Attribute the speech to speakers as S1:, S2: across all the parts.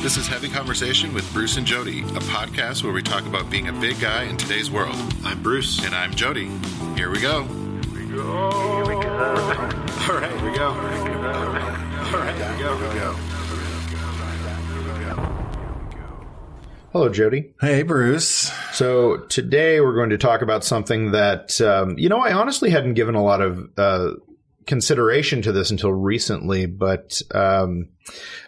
S1: This is Heavy Conversation with Bruce and Jody, a podcast where we talk about being a big guy in today's world. I'm Bruce. And I'm Jody. Here we go.
S2: All right, here we go. All right, here we go.
S3: Hello, Jody.
S4: Hey, Bruce.
S3: So today we're going to talk about something that um, you know I honestly hadn't given a lot of uh, consideration to this until recently, but um,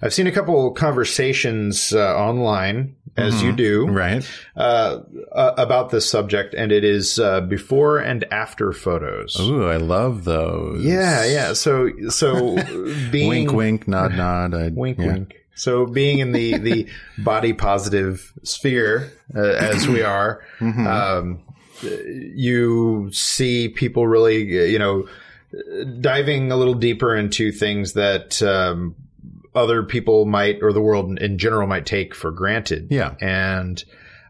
S3: I've seen a couple conversations uh, online, as you do,
S4: Mm-hmm. Right.
S3: uh, uh, about this subject, and it is uh, before and after photos.
S4: Ooh, I love those.
S3: Yeah, yeah. So, so being
S4: Wink, wink, nod, nod. I,
S3: wink,
S4: yeah.
S3: wink. So being in the the body positive sphere uh, as we are,
S4: Mm-hmm.
S3: um, you see people really, uh, you know, diving a little deeper into things that um, other people might or the world in- in general might take for granted.
S4: Yeah.
S3: and.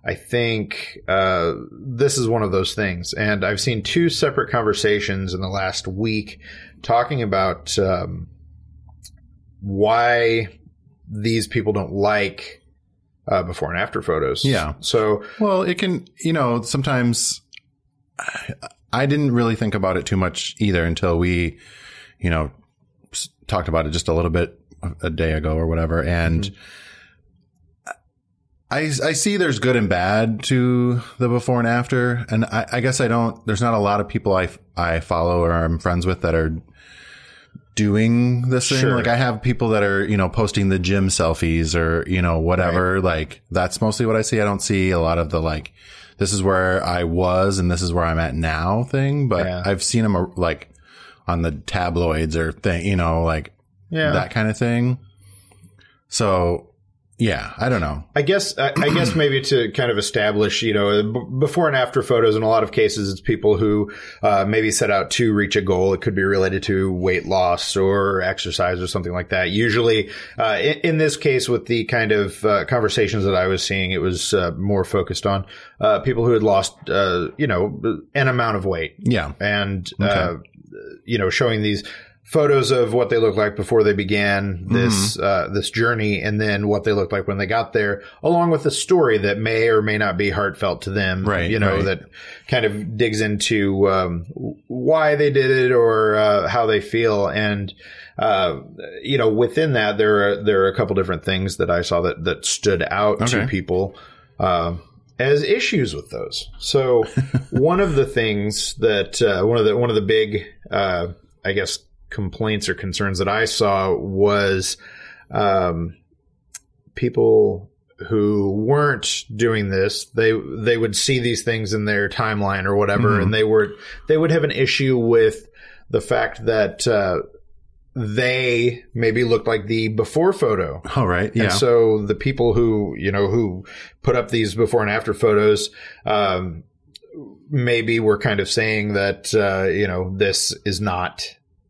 S3: I think uh, this is one of those things, and I've seen two separate conversations in the last week talking about um, why these people don't like uh, before and after photos.
S4: Yeah.
S3: So
S4: Well, it can, you know, sometimes I- I didn't really think about it too much either until we, you know, s- talked about it just a little bit a- a day ago or whatever. And I, I see there's good and bad to the before and after. And I, I guess I don't, there's not a lot of people I, f- I follow or I'm friends with that are doing this thing.
S3: Sure.
S4: Like I have people that are, you know, posting the gym selfies or, you know, whatever. Like that's mostly what I see. I don't see a lot of the like, this is where I was and this is where I'm at now thing, but
S3: Yeah.
S4: I've seen them uh, like on the tabloids or thing, you know, like
S3: yeah,
S4: that kind of thing. So yeah, I don't know.
S3: I guess I, I guess maybe to kind of establish, you know, b- before and after photos. In a lot of cases, it's people who uh, maybe set out to reach a goal. It could be related to weight loss or exercise or something like that. Usually, uh, in, in this case, with the kind of uh, conversations that I was seeing, it was uh, more focused on uh, people who had lost, uh, you know, an amount of weight.
S4: Yeah.
S3: and uh, you know showing these photos of what they looked like before they began this
S4: Mm-hmm.
S3: uh, this journey and then what they looked like when they got there along with a story that may or may not be heartfelt to them
S4: Right,
S3: you know
S4: right.
S3: that kind of digs into um, why they did it or uh, how they feel and uh, you know within that there are there are a couple different things that I saw that that stood out to
S4: Okay.
S3: people um, as issues with those. So one of the things that uh, one of the one of the big uh, I guess complaints or concerns that I saw was um, people who weren't doing this they they would see these things in their timeline or whatever
S4: Mm-hmm.
S3: and they were they would have an issue with the fact that uh, they maybe looked like the before photo
S4: All right. Yeah.
S3: and so the people who you know who put up these before and after photos, um, maybe were kind of saying that uh, you know this is not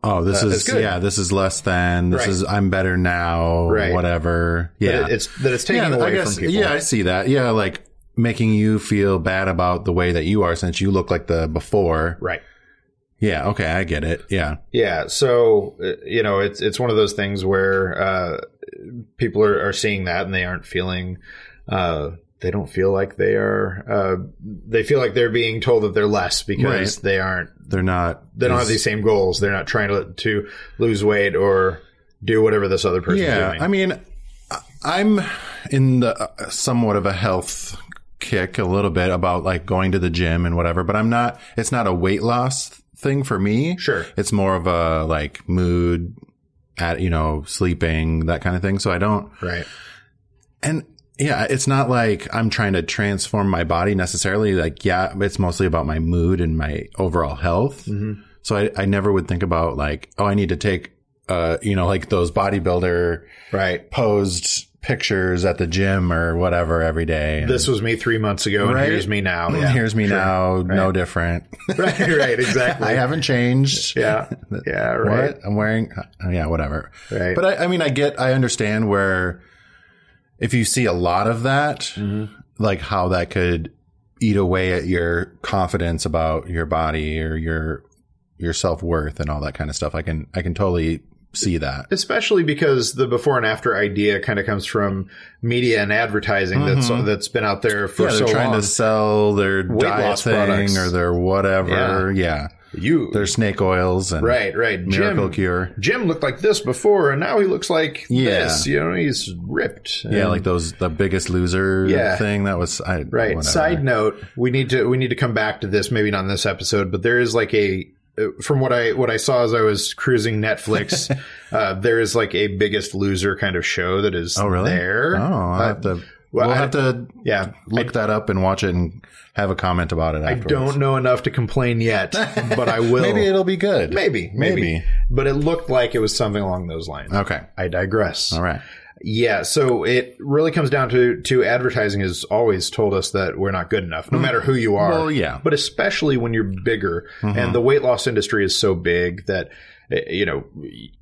S4: oh, this
S3: uh,
S4: is,
S3: it's good.
S4: yeah, this is less than, this
S3: Right.
S4: is, I'm better now,
S3: Right.
S4: whatever. Yeah.
S3: that it- it's that it's taking away
S4: I guess-
S3: from people.
S4: Yeah, I see that. Yeah, like making you feel bad about the way that you are since you look like the before.
S3: Right.
S4: Yeah, okay, I get it. Yeah.
S3: Yeah. So uh, you know it's it's one of those things where uh, people are, are seeing that and they aren't feeling. Uh, they don't feel like they are. Uh, they feel like they're being told that they're less because
S4: Right.
S3: they aren't
S4: They're not
S3: they don't have
S4: as-
S3: these same goals. They're not trying to to lose weight or do whatever this other person's
S4: Yeah,
S3: doing.
S4: I mean, I- I'm in the uh, somewhat of a health kick a little bit about like going to the gym and whatever, but I'm not. It's not a weight loss thing for me.
S3: Sure.
S4: it's more of a like mood, at you know, sleeping that kind of thing. So I don't.
S3: right.
S4: And yeah, it's not like I'm trying to transform my body necessarily. Like, yeah, it's mostly about my mood and my overall health.
S3: Mm-hmm.
S4: So I, I never would think about like, oh, I need to take, uh, you know, like those bodybuilder
S3: Right.
S4: posed pictures at the gym or whatever every day. And
S3: This was me three months ago, and
S4: Right?
S3: here's me now.
S4: Mm,
S3: Yeah.
S4: here's me now, no different.
S3: right. Right. Exactly.
S4: I haven't changed.
S3: yeah. Yeah. Right.
S4: What? I'm wearing, uh, yeah, whatever.
S3: Right.
S4: But I, I mean, I get, I understand where if you see a lot of that,
S3: Mm-hmm.
S4: like how that could eat away at your confidence about your body or your your self worth and all that kind of stuff. I can I can totally see that.
S3: especially because the before and after idea kind of comes from media and advertising that's that's been out there for
S4: Mm-hmm. Yeah, they're
S3: so
S4: trying
S3: long.
S4: to sell their diet
S3: loss
S4: thing
S3: products.
S4: or their whatever. Yeah.
S3: you
S4: Their snake oils and
S3: right, right,
S4: miracle
S3: Jim.
S4: cure.
S3: Jim looked like this before, and now he looks like
S4: Yeah.
S3: this. You know, he's ripped.
S4: Yeah,
S3: And-
S4: like those the biggest loser
S3: Yeah.
S4: thing that was I,
S3: right.
S4: whatever.
S3: Side note: we need to we need to come back to this. Maybe not in this episode, but there is like a uh, from what I what I saw as I was cruising Netflix, uh, there is like a Biggest Loser kind of show that is
S4: Oh really?
S3: there.
S4: Oh, I'll
S3: Uh,
S4: have to.
S3: well,
S4: we'll
S3: I-
S4: have to
S3: yeah,
S4: look that up and watch it and have a comment about it.
S3: I don't know enough to complain yet, but I will.
S4: Maybe it'll be good.
S3: Maybe, maybe,
S4: Maybe.
S3: But it looked like it was something along those lines.
S4: Okay.
S3: I digress.
S4: All right.
S3: Yeah, so it really comes down to to advertising has always told us that we're not good enough, no matter who you are.
S4: Mm. Well, yeah. Mm-hmm.
S3: But especially when you're bigger, and the weight loss industry is so big that eh, you know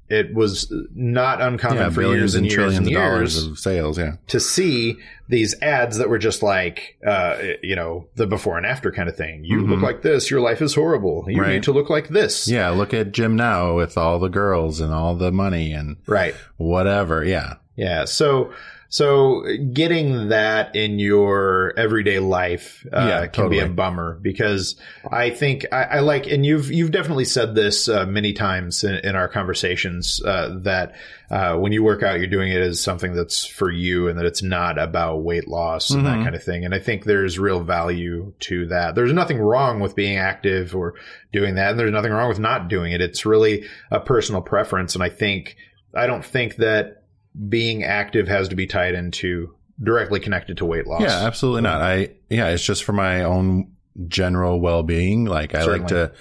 S3: it was not uncommon
S4: Yeah,
S3: for
S4: billions
S3: years and,
S4: and
S3: years
S4: trillions
S3: and
S4: of
S3: years
S4: dollars of sales. Yeah.
S3: to see these ads that were just like, uh, you know, the before and after kind of thing. You look like this. Your life is horrible. You
S4: Mm-hmm. Right.
S3: need to look like this.
S4: Yeah. Look at Jim now with all the girls and all the money and
S3: Right.
S4: whatever. Yeah.
S3: Yeah. So, so getting that in your everyday life uh,
S4: Yeah,
S3: can be a
S4: totally.
S3: bummer because I think I, I like, and you've you've definitely said this uh, many times in, in our conversations uh, that uh, when you work out, you're doing it as something that's for you and that it's not about weight loss and
S4: Mm-hmm.
S3: that kind of thing. And I think there's real value to that. There's nothing wrong with being active or doing that, and there's nothing wrong with not doing it. It's really a personal preference, and I think. I don't think that being active has to be tied into directly connected to weight loss.
S4: Yeah, absolutely not. I yeah, it's just for my own general well being. Like I like
S3: Certainly.
S4: to,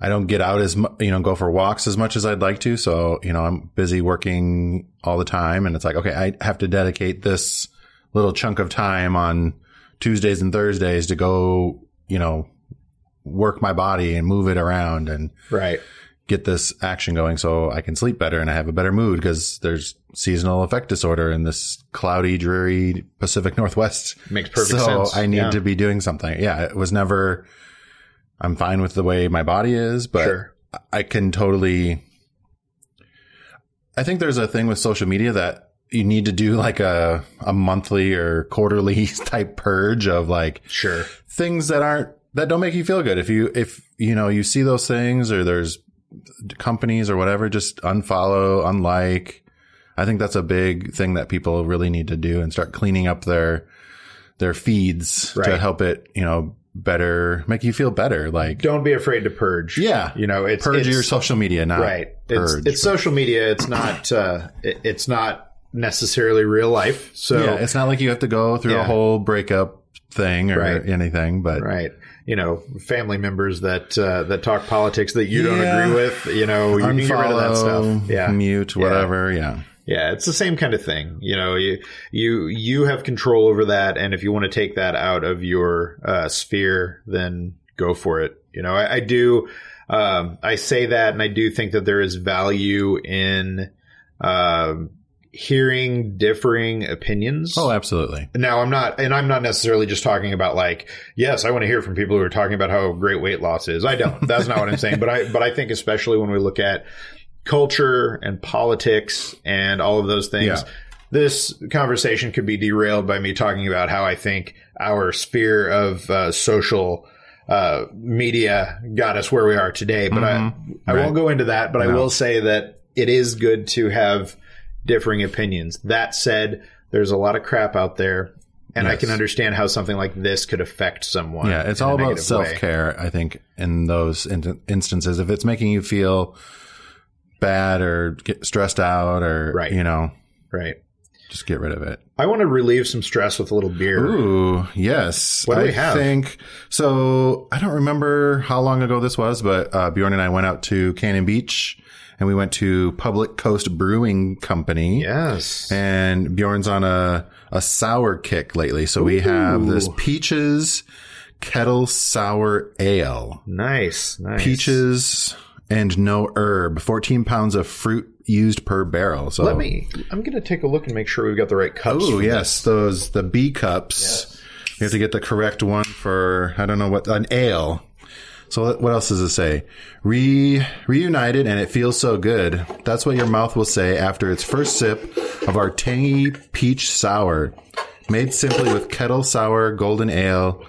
S4: I don't get out as mu- you know go for walks as much as I'd like to. So you know I'm busy working all the time, and it's like okay, I have to dedicate this little chunk of time on Tuesdays and Thursdays to go you know work my body and move it around and
S3: Right.
S4: get this action going so I can sleep better and I have a better mood because there's seasonal affect disorder in this cloudy, dreary Pacific Northwest.
S3: Makes perfect
S4: so
S3: sense.
S4: I need
S3: Yeah.
S4: to be doing something. Yeah, it was never, I'm fine with the way my body is, but
S3: Sure.
S4: I can totally. I think there's a thing with social media that you need to do like a, a monthly or quarterly type purge of like,
S3: Sure.
S4: things that aren't that don't make you feel good. If you if you know you see those things or there's companies or whatever, just unfollow, unlike. I think that's a big thing that people really need to do and start cleaning up their their feeds to
S3: Right.
S4: help it, you know, better make you feel better. Like
S3: Don't be afraid to purge.
S4: Yeah.
S3: You know, it's
S4: purge
S3: it's,
S4: your social media, not
S3: right.
S4: Purge.
S3: it's it's social media. It's not uh, it- it's not necessarily real life. So
S4: yeah, it's not like you have to go through
S3: Yeah.
S4: a whole breakup thing or
S3: Right.
S4: anything, but
S3: right. You know, family members that uh, that talk politics that you
S4: Yeah.
S3: don't agree with. You know, you can get rid of that
S4: unfollow,
S3: stuff. Yeah.
S4: mute, whatever. yeah.
S3: Yeah, it's the same kind of thing. You know, you you you have control over that, and if you want to take that out of your uh, sphere, then go for it. You know, I, I do. Um, I say that, and I do think that there is value in um, hearing differing opinions.
S4: Oh, absolutely.
S3: Now I'm not, and I'm not necessarily just talking about like, yes, I want to hear from people who are talking about how great weight loss is. I don't. That's not what I'm saying. But I, but I think especially when we look at culture and politics and all of those things,
S4: Yeah.
S3: this conversation could be derailed by me talking about how I think our sphere of uh, social uh, media got us where we are today. But I, I won't go into that. But I will say that it is good to have differing opinions. That said, there's a lot of crap out there, and I
S4: Yes.
S3: can understand how something like this could affect someone.
S4: Yeah, it's
S3: in a
S4: all about
S3: negative
S4: self
S3: way.
S4: care. I think in those in- instances, if it's making you feel bad or get stressed out or
S3: Right.
S4: you know,
S3: Right.
S4: just get rid of it.
S3: I want to relieve some stress with a little beer.
S4: Ooh, yes.
S3: What do
S4: I
S3: we have?
S4: think so. I don't remember how long ago this was, but uh, Bjorn and I went out to Cannon Beach and we went to Public Coast Brewing Company.
S3: Yes.
S4: and Bjorn's on a a sour kick lately. So we have this peaches kettle sour ale.
S3: nice. Nice.
S4: peaches and no herb 14 pounds of fruit used per barrel so
S3: Let me. I'm gonna take a look and make sure we've got the right cups.
S4: oh yes those the b cups you have to get the correct one for i don't know what an ale So what else does it say? Re reunited and it feels so good. That's what your mouth will say after its first sip of our tangy peach sour, made simply with kettle sour golden ale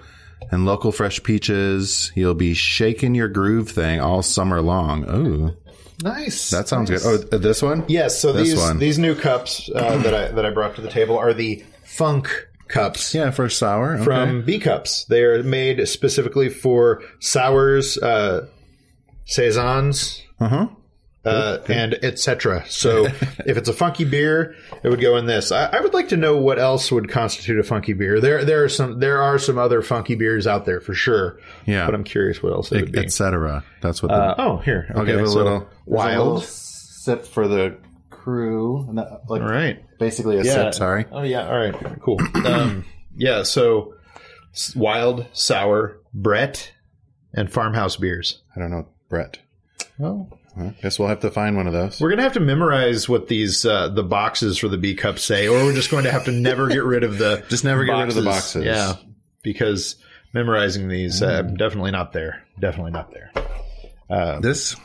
S4: and local fresh peaches. You'll be shaking your groove thing all summer long. Ooh,
S3: Nice.
S4: that sounds good. Oh, this one?
S3: Yes, so
S4: This
S3: these
S4: one.
S3: these new cups uh, that I that I brought to the table are the Funk cups
S4: Yeah, for sour. Okay.
S3: from B cups. They are made specifically for sours, uh, saisons,
S4: Uh-huh.
S3: uh, and etc. So if it's a funky beer, it would go in this. I, I would like to know what else would constitute a funky beer. There there are some there are some other funky beers out there for sure.
S4: Yeah.
S3: but I'm curious what else it would be.
S4: etc. That's what. The,
S3: Uh, oh, here.
S4: I'll give a
S3: so
S4: little
S3: wild.
S4: sip for the crew. And that, like,
S3: All right.
S4: Basically a
S3: Yeah.
S4: sip. Sorry.
S3: Oh yeah. All right. Cool. um, yeah. So s- wild, sour, Brett, and farmhouse beers.
S4: I don't know, Brett.
S3: Oh.
S4: Huh? Guess we'll have to find one of those.
S3: We're gonna have to memorize what these uh, the boxes for the B cup say, or we're just going to have to never get rid of the
S4: Just never get rid of the boxes. Mm.
S3: Yeah, because memorizing these, uh, I'm definitely not there. Definitely not there.
S4: this,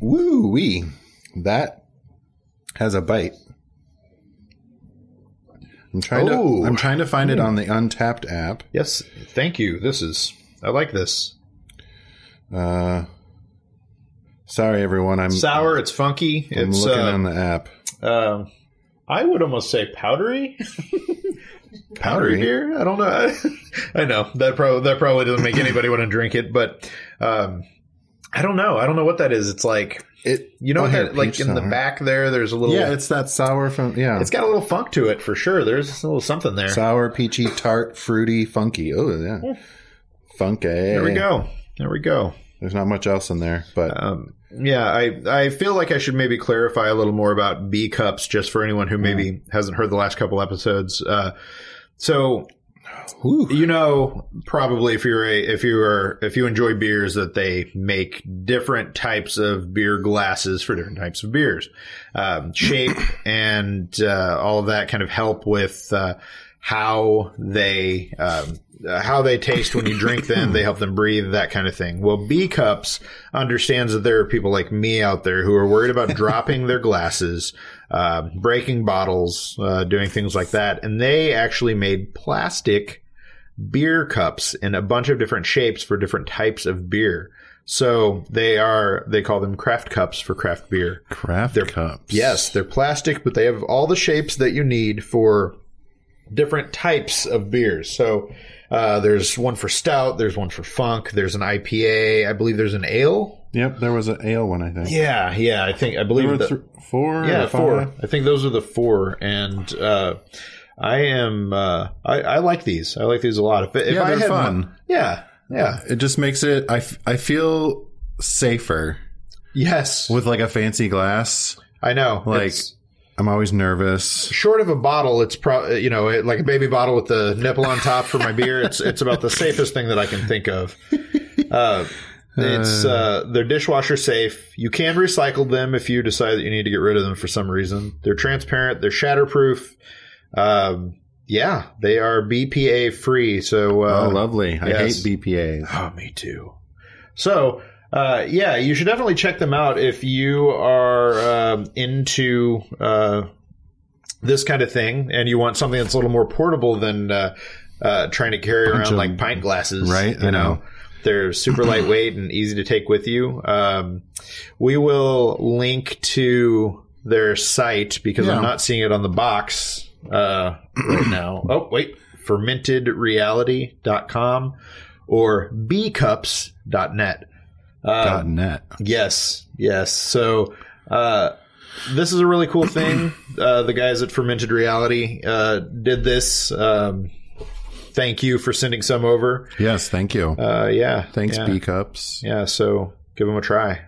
S4: woo wee, that has a bite. I'm trying
S3: Oh.
S4: to. I'm trying to find it on the Untapped app.
S3: Yes. Thank you. This is. I like this.
S4: Uh, sorry, everyone. I'm.
S3: Sour. It's funky.
S4: I'm
S3: it's.
S4: looking
S3: uh,
S4: on the app.
S3: Um, I would almost say powdery. powdery beer? I don't know. I, know that probably that probably doesn't make anybody want to drink it, but um, I don't know. I don't know what that is. It's like
S4: It.
S3: you know
S4: oh,
S3: what
S4: here,
S3: that like
S4: peach
S3: in the
S4: sour.
S3: back there. There's a little.
S4: Yeah, it's that sour from. Yeah,
S3: it's got a little funk to it for sure. There's a little something there.
S4: Sour, peachy, tart, fruity, funky. Oh yeah, funky.
S3: there we go. There we go.
S4: There's not much else in there, but
S3: Um, yeah, I I feel like I should maybe clarify a little more about B cups just for anyone who maybe hasn't heard the last couple episodes. Uh, so you know probably if you're a if you are if you enjoy beers that they make different types of beer glasses for different types of beers um, shape and uh, all of that kind of help with uh, how they um, uh, how they taste when you drink them they help them breathe that kind of thing well b cups understands that there are people like me out there who are worried about dropping their glasses uh, breaking bottles uh, doing things like that and they actually made plastic beer cups in a bunch of different shapes for different types of beer. So they are they call them craft cups for craft beer.
S4: craft cups.
S3: Yes, they're plastic, but they have all the shapes that you need for different types of beers. So uh, there's one for stout, there's one for funk, there's an IPA, I believe there's an ale.
S4: Yep. There was an ale one, I think.
S3: Yeah, yeah, I think I
S4: There were
S3: believe the-
S4: th- four.
S3: yeah,
S4: or
S3: four.
S4: five?
S3: I think those are the four, and uh, I am uh, I, I like these. I like these a lot. If, if
S4: Yeah,
S3: I
S4: they're
S3: had
S4: fun.
S3: one- yeah, yeah,
S4: It just makes it. I, f- I feel safer
S3: yes.
S4: with like a fancy glass.
S3: I know.
S4: Like-
S3: It's-
S4: I'm always nervous.
S3: short of a bottle, it's pro you know it, like a baby bottle with the nipple on top for my beer. It's it's about the safest thing that I can think of. Uh, it's uh, they're dishwasher safe. You can recycle them if you decide that you need to get rid of them for some reason. They're transparent. They're shatterproof. Um, yeah, they are BPA free. So uh,
S4: oh, lovely.
S3: yes.
S4: I hate BPAs.
S3: Oh, me too. So, uh, yeah, you should definitely check them out if you are um, into uh, this kind of thing and you want something that's a little more portable than uh, uh, trying to carry around
S4: of-
S3: like pint glasses.
S4: Right,
S3: You
S4: I
S3: know,
S4: know.
S3: they're super lightweight and easy to take with you. Um, we will link to their site because
S4: Yeah.
S3: I'm not seeing it on the box uh, right now. Oh, wait. Fermentedreality.com or bcups.net.
S4: Dot net.
S3: Yes, yes. So uh, this is a really cool thing. Uh, the guys at Fermented Reality uh, did this. Um, thank you for sending some over.
S4: Yes. Thank you.
S3: Uh, yeah,
S4: Thanks,
S3: yeah.
S4: B cups.
S3: Yeah, so give them a try.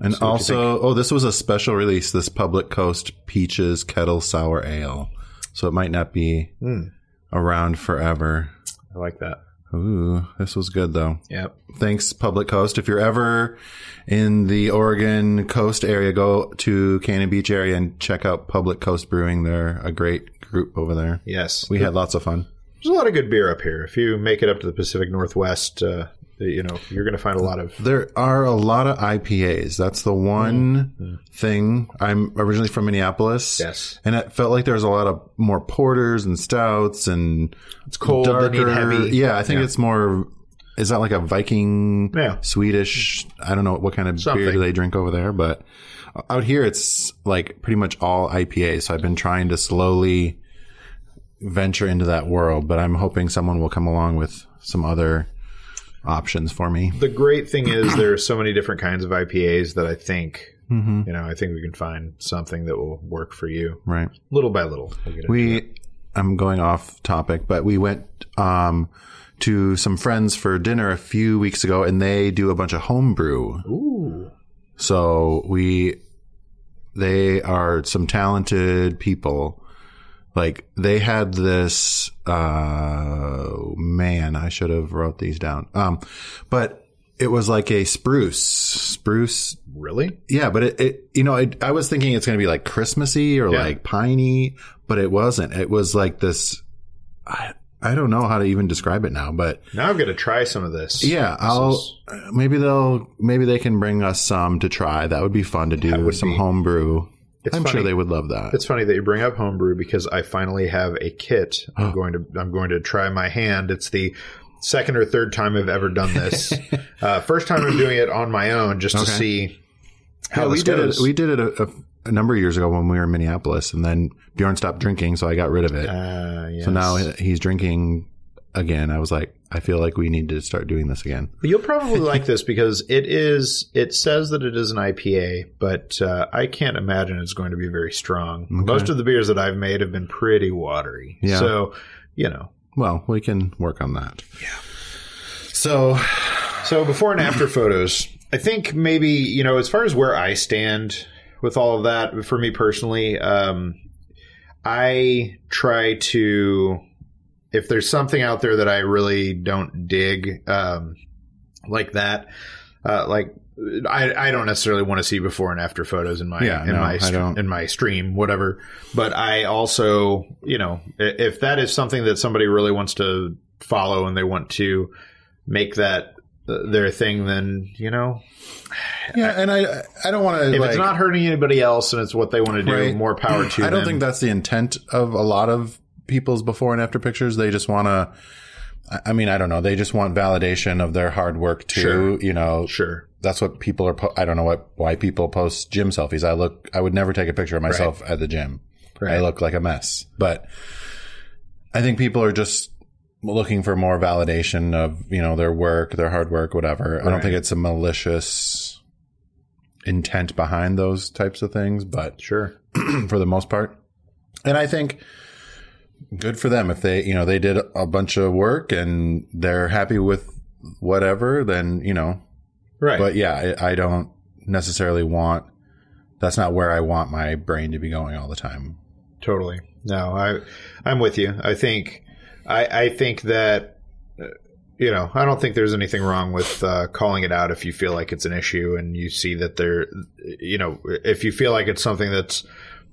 S4: And
S3: what you
S4: also, oh, this was a special release. This Public Coast Peaches Kettle Sour Ale, so it might not be
S3: Mm.
S4: around forever.
S3: I like that.
S4: Ooh, this was good though.
S3: Yep.
S4: Thanks, Public Coast. If you're ever in the Oregon coast area, go to Cannon Beach area and check out Public Coast Brewing. They're a great group over there.
S3: Yes.
S4: We had lots of fun.
S3: There's a lot of good beer up here. If you make it up to the Pacific Northwest, uh, You know, you're going to find a lot of
S4: There are a lot of IPAs. That's the one thing. I'm originally from Minneapolis.
S3: Mm-hmm. Yes.
S4: And it felt like there was a lot of more porters and stouts and it's
S3: cold, they need heavy.
S4: Yeah, I think it's more. Is that like a Viking,
S3: Yeah.
S4: Swedish? I don't know what kind of beer
S3: Something.
S4: do they drink over there, but out here it's like pretty much all IPA. So I've been trying to slowly venture into that world, but I'm hoping someone will come along with some other options for me.
S3: the great thing is there are so many different kinds of IPAs that I think
S4: Mm-hmm.
S3: you know I think we can find something that will work for you
S4: Right.
S3: little by little. We'll get it.
S4: We, I'm going off topic, but we went um, to some friends for dinner a few weeks ago, and they do a bunch of homebrew.
S3: Ooh,
S4: So we, they are some talented people. Like they had this, uh, man, I should have wrote these down. Um, but it was like a spruce, spruce
S3: really?
S4: yeah, but it, it you know, it, I was thinking it's going to be like Christmassy or
S3: Yeah.
S4: like piney, but it wasn't. It was like this. I, I don't know how to even describe it now, but
S3: Now I've got to try some of this.
S4: yeah,
S3: This
S4: I'll uh,
S3: is-
S4: maybe they'll maybe they can bring us some to try. That would be fun to do
S3: would
S4: some
S3: be-
S4: homebrew.
S3: It's
S4: I'm sure
S3: funny.
S4: they would love that.
S3: It's funny that you bring up homebrew because I finally have a kit. I'm going to I'm going to try my hand. It's the second or third time I've ever done this. uh, first time I'm doing it on my own just to
S4: Okay.
S3: see how
S4: Yeah, we
S3: this
S4: did it.
S3: goes.
S4: We did it a, a, a number of years ago when we were in Minneapolis, and then Bjorn stopped drinking, so I got rid of it.
S3: uh, yes.
S4: so now he's drinking again. I was like, I feel like we need to start doing this again.
S3: But You'll probably like this because it is. It says that it is an IPA, but uh, I can't imagine it's going to be very strong. Most of the beers that I've made have been pretty watery.
S4: Yeah.
S3: So, you know.
S4: Well, we can work on that. Yeah. So,
S3: So before and after photos, I think maybe you know as far as where I stand with all of that. For me personally, um, I try to. If there's something out there that I really don't dig, um, like that, uh, like I, I don't necessarily want to see before and after photos in my
S4: Yeah,
S3: in
S4: no,
S3: my
S4: I
S3: str-
S4: don't.
S3: in my stream whatever. But I also you know i- if that is something that somebody really wants to follow and they want to make that uh, their thing, then you know
S4: yeah, and I I don't want to
S3: if
S4: like
S3: it's not hurting anybody else and it's what they want to do,
S4: Right.
S3: more power to.
S4: I don't
S3: them.
S4: think that's the intent of a lot of people's before and after pictures. They just want to I mean, I don't know. They just want validation of their hard work too,
S3: Sure.
S4: you know.
S3: sure.
S4: That's what people are po- I don't know what why people post gym selfies. I look I would never take a picture of myself at the gym. I
S3: Right.
S4: look like a mess. But I think people are just looking for more validation of, you know, their work, their hard work, whatever. I don't
S3: Right.
S4: think it's a malicious intent behind those types of things, but
S3: Sure.
S4: for the most part. And I think good for them if they, you know, they did a bunch of work and they're happy with whatever, then, you know,
S3: Right.
S4: but yeah, I, I don't necessarily want that's not where I want my brain to be going all the time.
S3: Totally. No, I I'm with you. I think I I think that uh, you know I don't think there's anything wrong with uh, calling it out if you feel like it's an issue and you see that there you know if you feel like it's something that's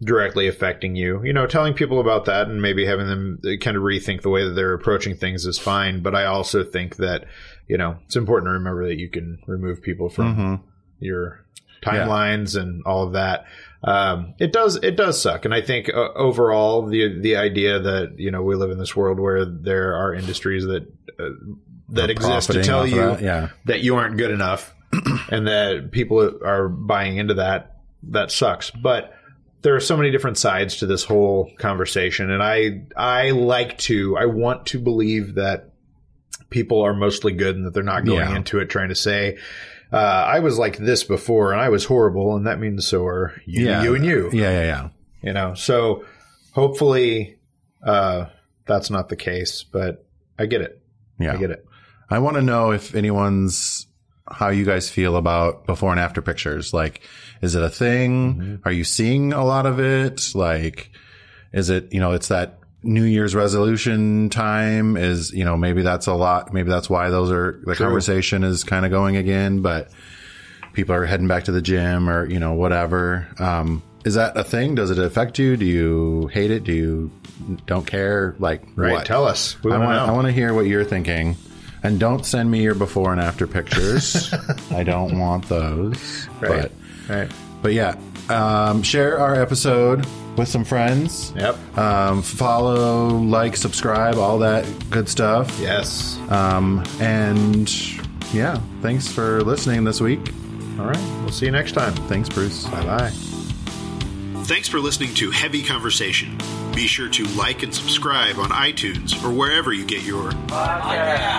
S3: directly affecting you you know telling people about that and maybe having them kind of rethink the way that they're approaching things is fine but i also think that you know it's important to remember that you can remove people from your timelines and all of that. Um, it does it does suck, and I think uh, overall the the idea that you know we live in this world where there are industries that uh, that exist to
S4: profiting
S3: tell
S4: off of
S3: you
S4: that, yeah.
S3: that you aren't good enough, and that people are buying into that. That sucks, but there are so many different sides to this whole conversation, and I I like to I want to believe that people are mostly good and that they're not going
S4: Yeah.
S3: into it trying to say uh, I was like this before and I was horrible, and that means so are you,
S4: Yeah.
S3: you and you.
S4: Yeah, yeah, yeah.
S3: You know, so hopefully uh, that's not the case, but I get it.
S4: Yeah.
S3: I get it.
S4: I want to know if anyone's how you guys feel about before and after pictures. Like, is it a thing?
S3: Mm-hmm.
S4: Are you seeing a lot of it? Like, is it, you know, it's that New Year's resolution time is, you know, maybe that's a lot. Maybe that's why those are the conversation is kind of going again, but people are heading back to the gym or, you know, whatever. Um, is that a thing? Does it affect you? Do you hate it? Do you don't care? Like,
S3: Right?
S4: what?
S3: Tell us. We
S4: I
S3: want to
S4: want, I
S3: know.
S4: want to hear what you're thinking. And don't send me your before and after pictures. I don't want those.
S3: Right. Right.
S4: But, but yeah, um, share our episode with some friends.
S3: Yep.
S4: Um, follow, like, subscribe, all that good stuff.
S3: Yes.
S4: Um, and yeah, thanks for listening this week.
S3: All right. We'll see you next time.
S4: Thanks, Bruce.
S3: Bye bye.
S1: Thanks for listening to Heavy Conversation. Be sure to like and subscribe on iTunes or wherever you get your
S2: Podcast.